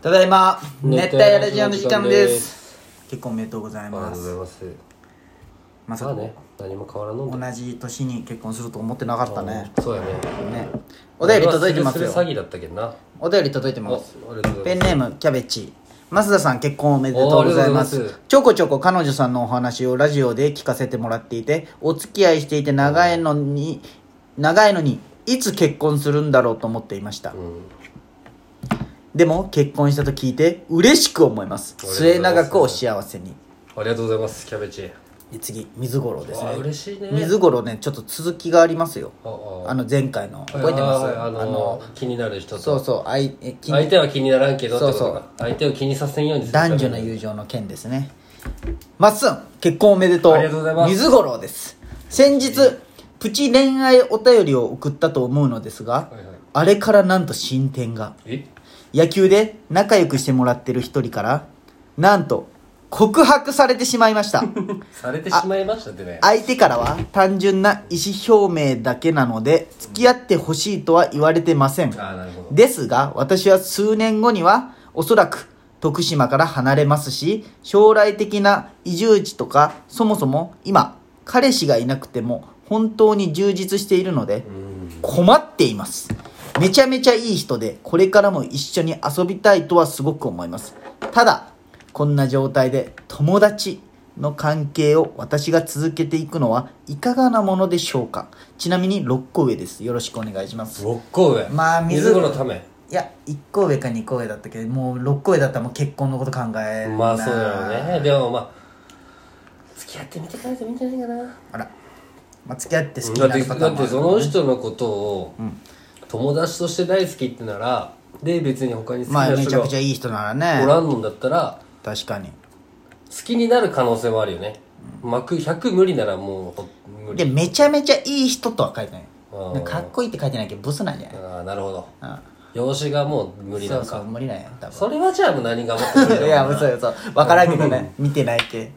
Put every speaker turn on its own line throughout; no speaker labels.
ただいま熱
熱
帯
帯
ラ
ラ
ジ
ジ
オ
オ
の
の
時
時
間
間
で
です
結婚おめでとうござい
ありが
ま
とうござい
す
ます
まさ
ま
か
あね何も変わらんの
同
だ
じ年に結婚すると思ってなかったね
そうやね
ねお便り届いてます
俺
よ
はスレスレ詐欺だったけどな
お便り届いてます
おありがとうござ
ペ
い
ン
ます
ネームキャベチ増田さん結婚おめでとうございま
おありがとうございますす
ちょこちょこ彼女さんのお話をラジオで聞かせてもらっていてお付き合いしていて長いのに長いのにいつ結婚するんだろうと思っていました
うん
でも結婚したと聞いて嬉しく思います
ありがとうござ
末
いま
永くお幸
す
せに
ありがとうございますキャベチ
で次水五郎です
わあ
ね
嬉しいね
水五郎ねちょっと続きがありますよ
ああ
あの前回の覚えてます
はいはいはいあの
あの
気になる人と
そうそうあいえ気に
相手は気にならんけどってことか
そうそう
相手を気にさせんようにするため
男
に
女の友情の件ですねまっすん結婚おめでとう
ありがとうございます
水五郎です先日プチ恋愛お便りを送ったと思うのですが、
はいはい
あれからなんと進展が
え
野球で仲良くしてもらってる一人からなんと告白されてしまいました
されてしまいましたってね
相手からは単純な意思表明だけなので付き合ってほしいとは言われてません
ああなるほど
ですが私は数年後にはおそらく徳島から離れますし将来的な移住地とかそもそも今彼氏がいなくても本当に充実しているので
うん
困っていますめちゃめちゃいい人でこれからも一緒に遊びたいとはすごく思いますただこんな状態で友達の関係を私が続けていくのはいかがなものでしょうかちなみに6個上ですよろしくお願いします
六個上
まあ水
水子のため
いや1個上か2個上だったけどもう6個上だったらもう結婚のこと考えるな
まあそうだよねでもまあ付き合ってみてからでもいいんじゃないかな
あら、まあ、付き合って好きに
だ
な
って
るパタ
だ
ーン
っ
もあ
て
る
その人のことを友達として大好きってならで別に他に好き
まあ
な
めちゃ
人
くちゃ
が
いい人なら
お
ね
らんのだったら
確かに
好きになる可能性もあるよね幕100無理ならもうほ無
で
理
めちゃめちゃいい人とは書いてない
あー
なんかかっこいいって書いてないけどブスなんじゃない
ああなるほど
あ
容姿がもう無理
そ
な
う
の
そ
か
う無理なんや多
それはじゃあもう何がもっと無理だろ
分
う
い
な
やそうそう分からんけどね見てないって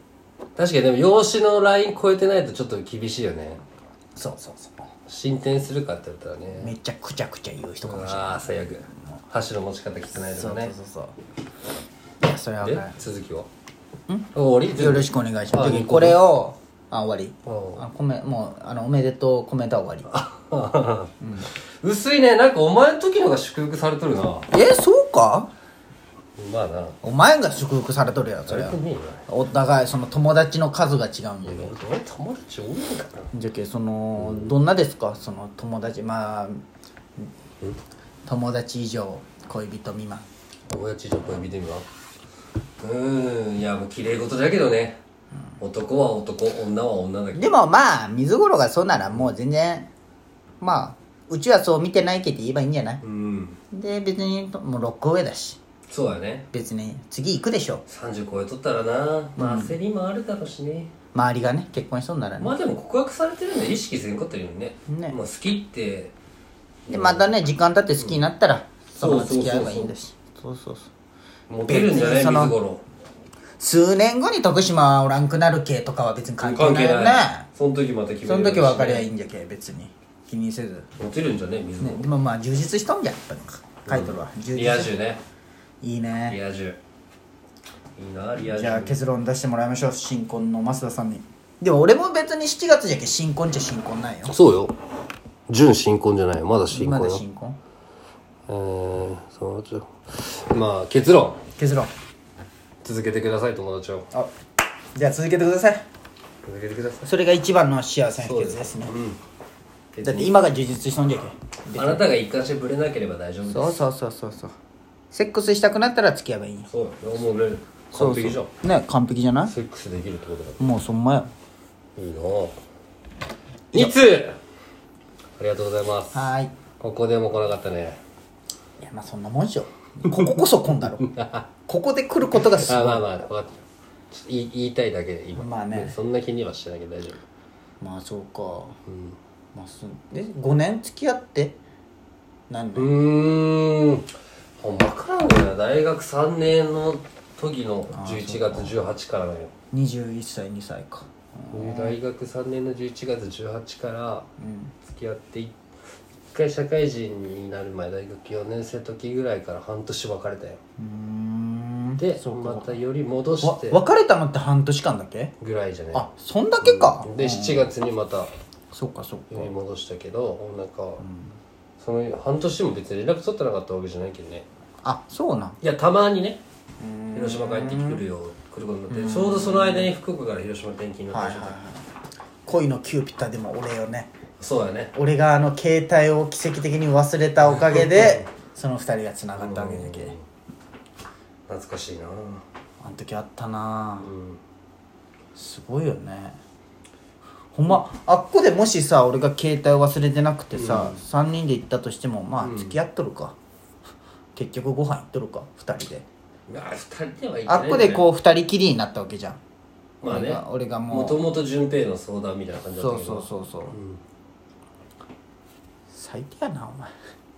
確かにでも容姿のライン超えてないとちょっと厳しいよね
そうそうそう
進展するかって言ったらね
めっちゃくちゃくちゃ言う人かもしれない
ああ最悪箸の持ち方汚いと
そ
か
うそう
ね
そうそういやそれは分
で
からん
続きは終わり
よろしくお願いしま
あ
す
いい
次
こと
これをあ終わり
うん
あコメもうあのおめでとうコメントは終わ
薄いねなんかお前の時のが祝福されとるな
りえそうか
まあな
お前が祝福されとるやんそ
あ
れ
れ
は
くねえよ
お互いその友達の数が違うんだよ
俺友達多いんだな
じゃけそのどんなですかその友達まあ友達以上恋人未満
友達以上恋人見はうーんいやもう綺麗事だけどね男は男女は女だけど
でもまあ水五郎がそうならもう全然まあうちはそう見てないけって言えばいいんじゃない
うん
で別にもう6個上だし
そうだね
別に次行くでしょ
30超えとったらなまあ焦りもあるだろうしね、
周りがね結婚しそうならね
まあでも告白されてるんで意識せんかったよね
ね
まあ好きって
でまたね時間経って好きになったらその
そうそうそうそう
付き合えばいいんだしそうそうそう
モテるんじゃない
別に
水
その
五郎
数年後に徳島はおらんくなる系とかは別に関係
関
ない
係
よね
ないその時また決め
そ
る
の
んだ
時
し
分かりゃいいんじゃけ別に気にせず、
モテるんじゃね水五
ね
郎、
でもまあ充実しとんじゃんやっぱり書いとるわ、充
リア
実
充ね
いいね
リア充いいなリア充
じゃあ結論出してもらいましょう新婚の増田さんにでも俺も別に7月じゃけ新婚っちゃ新婚ないよ
そうよ準新婚じゃないよまだ新
ま
婚
だ
よ
新婚
えー、そのちょまあ結論
結論
続けてください友達を
あじゃあ続けてください
続けてください
それが一番の幸せの秘訣ですね
うん
だって今が充実しとんじゃけ
あなたが一貫してブレなければ大丈夫です
そうそうそうそうそうセックスしたくなったら付き合えばいいよ
そうよもう俺完璧じ
そ
ゃん
うそうね完璧じゃない
セックスできるってことだ
もうそんまや
いいなぁいつありがとうございます
はーい
ここでも来なかったね
いやまあそんなもんでしょ こここそこんだろここで来ることがす
あ
ごい
まあまあ分かったちょっと言い言いたいだけで今
まあね
うんそんな気にはしてないけど大丈
まあそうか
夫うん
まあすえ5年付き合って何
う
年
ーんほんまからんよな大学3年の時の11月18からだよ
21歳2歳か
大学3年の11月18から付き合って一回社会人になる前大学4年生の時ぐらいから半年別れたよ
うーん
で
そうか
またより戻
わ
して
別れたのって半年間だっけ
ぐらいじゃない
あそんだけか
で7月にまたよ
そうかそうか
り戻したけどなんか、その半年も別に連絡取ってなかったわけじゃないけどね
あそうなん
いやたまにね広島帰ってくるよ来ることになってちょうどその間に福岡から広島転勤になったでしょ、
恋のキューピッターでも俺よね
そうだね
俺があの携帯を奇跡的に忘れたおかげでその二人がつながったわけだけ
うん懐かしいな
あの時あったな
う
ぁ
ん
すごいよねほんまあっこでもしさ俺が携帯忘れてなくてさ、三3人で行ったとしてもまあ付き合っとるか、結局ご飯行っとるか2人で
まあ2人ではいけ
あ
ない
っこでこう2人きりになったわけじゃん
うまあね
俺が俺がもう
もともと順平の相談みたいな感じだっ
そ
た
う
けど
そうそうそう、
ん
最低やなお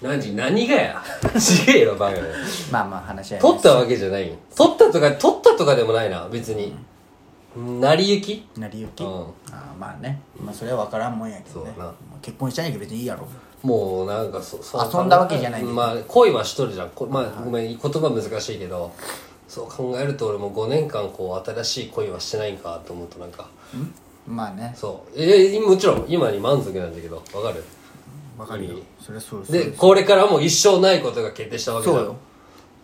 前
何何がや ちげえよバカだよ
まあまあ話し合います
取ったわけじゃないよ取ったとか取ったとかでもないな別に、成り行き
成り行き、
うん
ああまあね、まあ、それは分からんもんやけどね
そうだな
まあ結婚したんやけど別にいいやろ
もうなんかそそう考え
遊んだわけじゃない
まあ恋はしとるじゃんこまあごめん言葉難しいけどそう考えると俺も5年間こう新しい恋はしてないんかと思うとなんか
まあね
そうええもちろん今に満足なんだけどわかる
分かるよ
いい
それはそう
でこれからも一生ないことが決定したわけだ
そうよ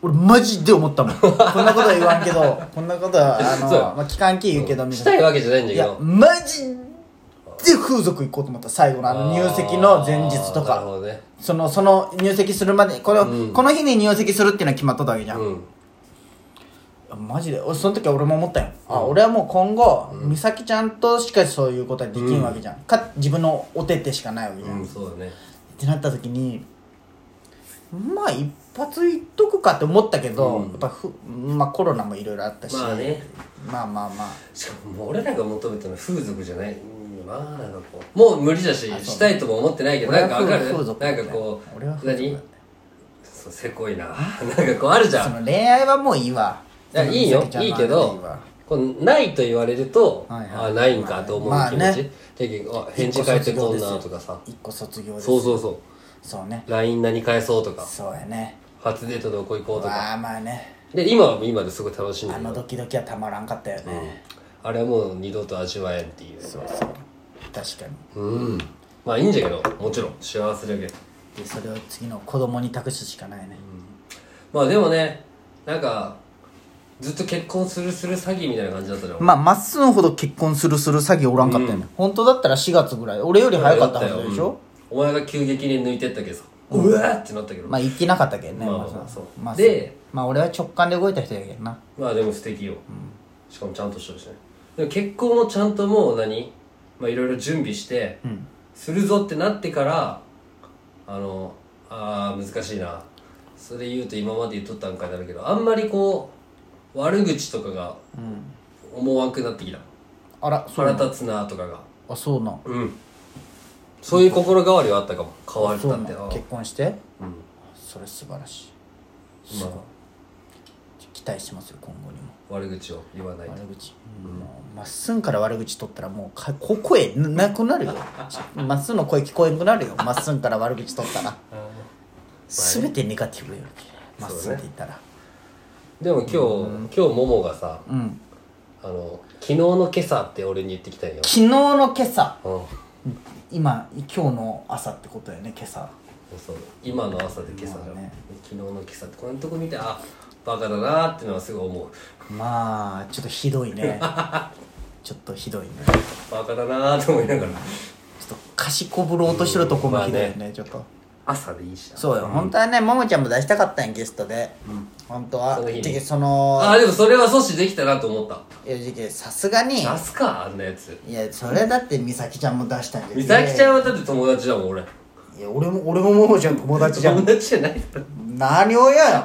俺マジで思ったもんこんなことは言わんけ どこんなことはあの
そう
まあ、期間期言うけどみ
したた
い
い
な
わけじゃないんだ
い
け
や
ど
マジで風俗行こうと思った最後のあの入籍の前日と
あーなるほ
か
どね
そのその入籍するまでこの,、この日に入籍するっていうのは決まっとったわけじゃん、
うん
マジで俺その時は俺も思ったよ、あ俺はもう今後、美咲ちゃんとしかそういうことはできんわけじゃん、か自分のお手手しかないわけじゃん、
う
っ
んそうだね
てなった時にまあ一発いっとくかって思ったけど、やっぱふ、まあ、コロナもいろいろあったし、
まあね
まあまあまあ
しかももう俺らが求めてるのは風俗じゃないうんまあなんかこうもう無理だししたいとも思ってないけど
俺
な
は
んかわかる
風俗
なんかこう
俺は風俗
何そうせこいな なんかこうあるじゃ
そ
ん
の恋愛はもういいわ
いやいいよ
美咲ちゃんの
いいけ
あれで
ど
わ
こうないと言われると、
はいはい
あないんかと思う
まあ
気持ち、
まあね
結局あ返事返ってこんなとかさ
一個卒業です
そうそううそ
そうね
う LINE 何返そうとか
そうやね
初デートどこ行こうとか
まあまあね
で今は今ですごい楽しいんだ
あ
けど
のドキドキはたまらんかったよね、
あれはもう二度と味わえんっていう
そうそう確かに
うんまあいいんじゃけどもちろん幸せだけど
でそれを次の子供に託すしかないね、
まあでもねなんかずっと結婚するする詐欺みたいな感じだったじゃん、
まあまっすんほど結婚するする詐欺おらんかったよね、本当だったら4月ぐらい俺より早かったはずでしょ、
うんお前が急激に抜いてったけどさうわーってなったけど
まあ言ってなかったけどね、
まあまあ
さ
そう
まあ、
で
まあ俺は直感で動いた人やけどな
まあでも素敵よ、しかもちゃんとしてるしねでも結婚もちゃんともう何まあいろいろ準備して、するぞってなってからあのあー難しいなそれ言うと今まで言っとったんかになるけどあんまりこう悪口とかが思わんくなってきた、
あらそう
腹立つなとかが
あそうなん
うんそういう心変わりはあったかも変わった
そう
って
なん
あ
結婚して
うん
それ素晴らしい
ま
期待してますよ今後にも
あ悪口を言わないと
悪口、もうまっすんから悪口取ったらもうかこ声ななくなる よまっすんの声聞こえなくなるよまっすんから悪口取ったら全てネガティブよまっすんって言ったら
でも今日、今日ももがさ
うん
あの昨日の今朝って俺に言ってきたんよ、
昨日の今朝
うん、
今今日の朝ってことだよね今朝
そう今の朝で今朝じゃん、
まあね
昨日の今朝ってこのとこ見てあバカだなーってのはすごい思う
まあちょっとひどい ねちょっとひどいね
バカだなーって思いながら
ちょっとかしこぶろうとしてるとこもひどいよね,、ちょっと
朝でいいしな
そうよ、本当はねももちゃんも出したかったんやゲストで、本当は
その日に
でその
あでもそれは阻止できたなと思った
いやじゃあさすがに
出すかあんなやつ
いやそれだって美咲ちゃんも出したんで
美咲ちゃ
ん
んはだって友達だもん俺
いや俺も俺もももちゃん友達じゃ
友
ん
達じゃないだろ
何をやよ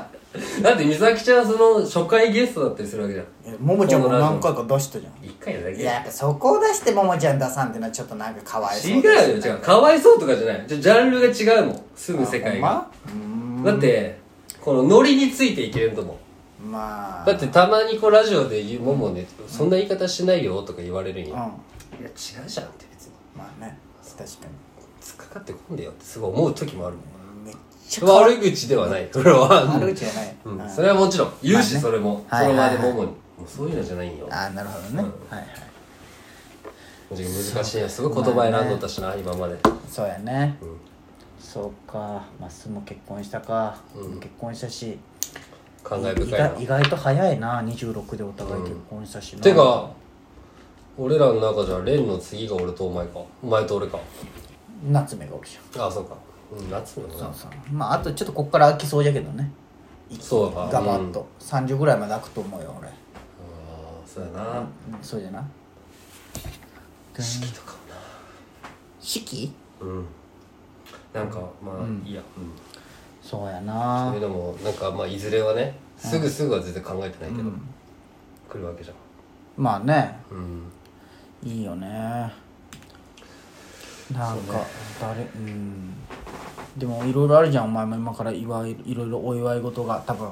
だって美咲ちゃんはその初回ゲストだったりするわけじゃん
いやももちゃんも何回か出したじゃん
一回だけ
いややっぱそこを出してももちゃん出さんってのはちょっとなんかかわいそう
違うよ違うかわいそうとかじゃないじゃジャンルが違うもん住む世界が
あほん
だってこのノリについていけると思う
ままあ
だってたまにこうラジオで言うももね、そんな言い方しないよとか言われるん
うん
や、いや違うじゃんって別に
まあね確か
突っかかってこんでよってすごい思う時もあるも
に
ん
めっちゃ可愛い
悪口ではないそれは
悪口じゃない、
うん
あ
それはもちろん言うし、
まあね
それも、
はい
そ
はい
の
は
場
い
でももにもうそういうのじゃないよ
あーなるほどね、
うん
はいはい
難しいよすごい言葉選んどったしな、今まで
そうやね、
うん
そうかまっすぐも結婚したか、
うん
結婚したし
感慨
意
深いな
外意外と早いな26でお互い結婚したしな、
てか俺らの中じゃ蓮の次が俺とお前かお前と俺か
夏目がおるじゃん
ああそうか、うん、夏もな
そうそうまああとちょっとこっから飽きそうじゃけどね
そうだな
ガバッと、30ぐらいまで開くと思うよ俺
ああそうやな
うんそうじゃない
式とかもな
式
うんなんかまあ、いいや、うん、
そうや
そ
な
ういうのもなんかまあいずれはねすぐすぐは全然考えてないけど、来るわけじゃん
まあね
うん
いいよねなんか誰う,、んでもいろいろあるじゃんお前も今から祝いいろいろお祝い事が多分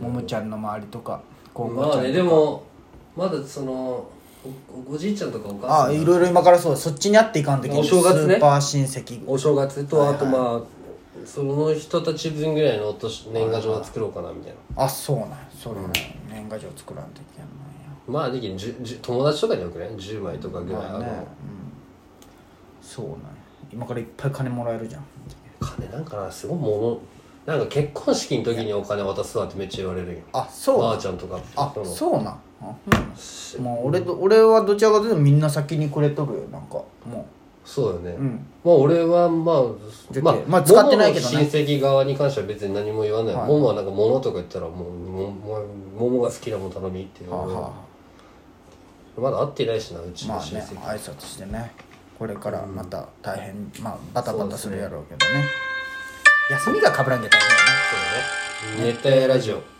ももちゃんの周りとか高校ちゃんと
ま
か、
あねでもまだそのおおじいちゃんとかお母さん
あいろいろ今からそうそっちに会っていかんときに
お正月ね
スーパー親戚
お正月とあとまあその人たち分ぐらいのお年年賀状は作ろうかなみたいな
あそうなんそれね、年賀状作らんといけない
まあできるじゅじゅ友達とかによくね10枚とかぐらいあ
まあね
の
うんそうなん今からいっぱい金もらえるじゃん
金なんかなすごいものなんか結婚式の時にお金渡すわってめっちゃ言われるよ
あそう
ばあちゃんとか
あ
その
そうなんあうんもう俺と俺はどちらかというとみんな先にくれとるよなんかも
そうよね、
ううん
まあ俺はまあ
じゃけ
まあ、
まあ使ってないけどね
モモの親戚側に関しては別に何も言わない、
はい
モモはなんか物とか言ったらもうもも桃が好きなもの頼みっていう
はあ、は
まだ会ってないしなうち
あ、
の
まあ
親
ね
戚、
挨拶してねこれからまた大変、まあバタバタするやろうけどね休みがかぶらんけど大変だね
そうね熱帯夜ラジオ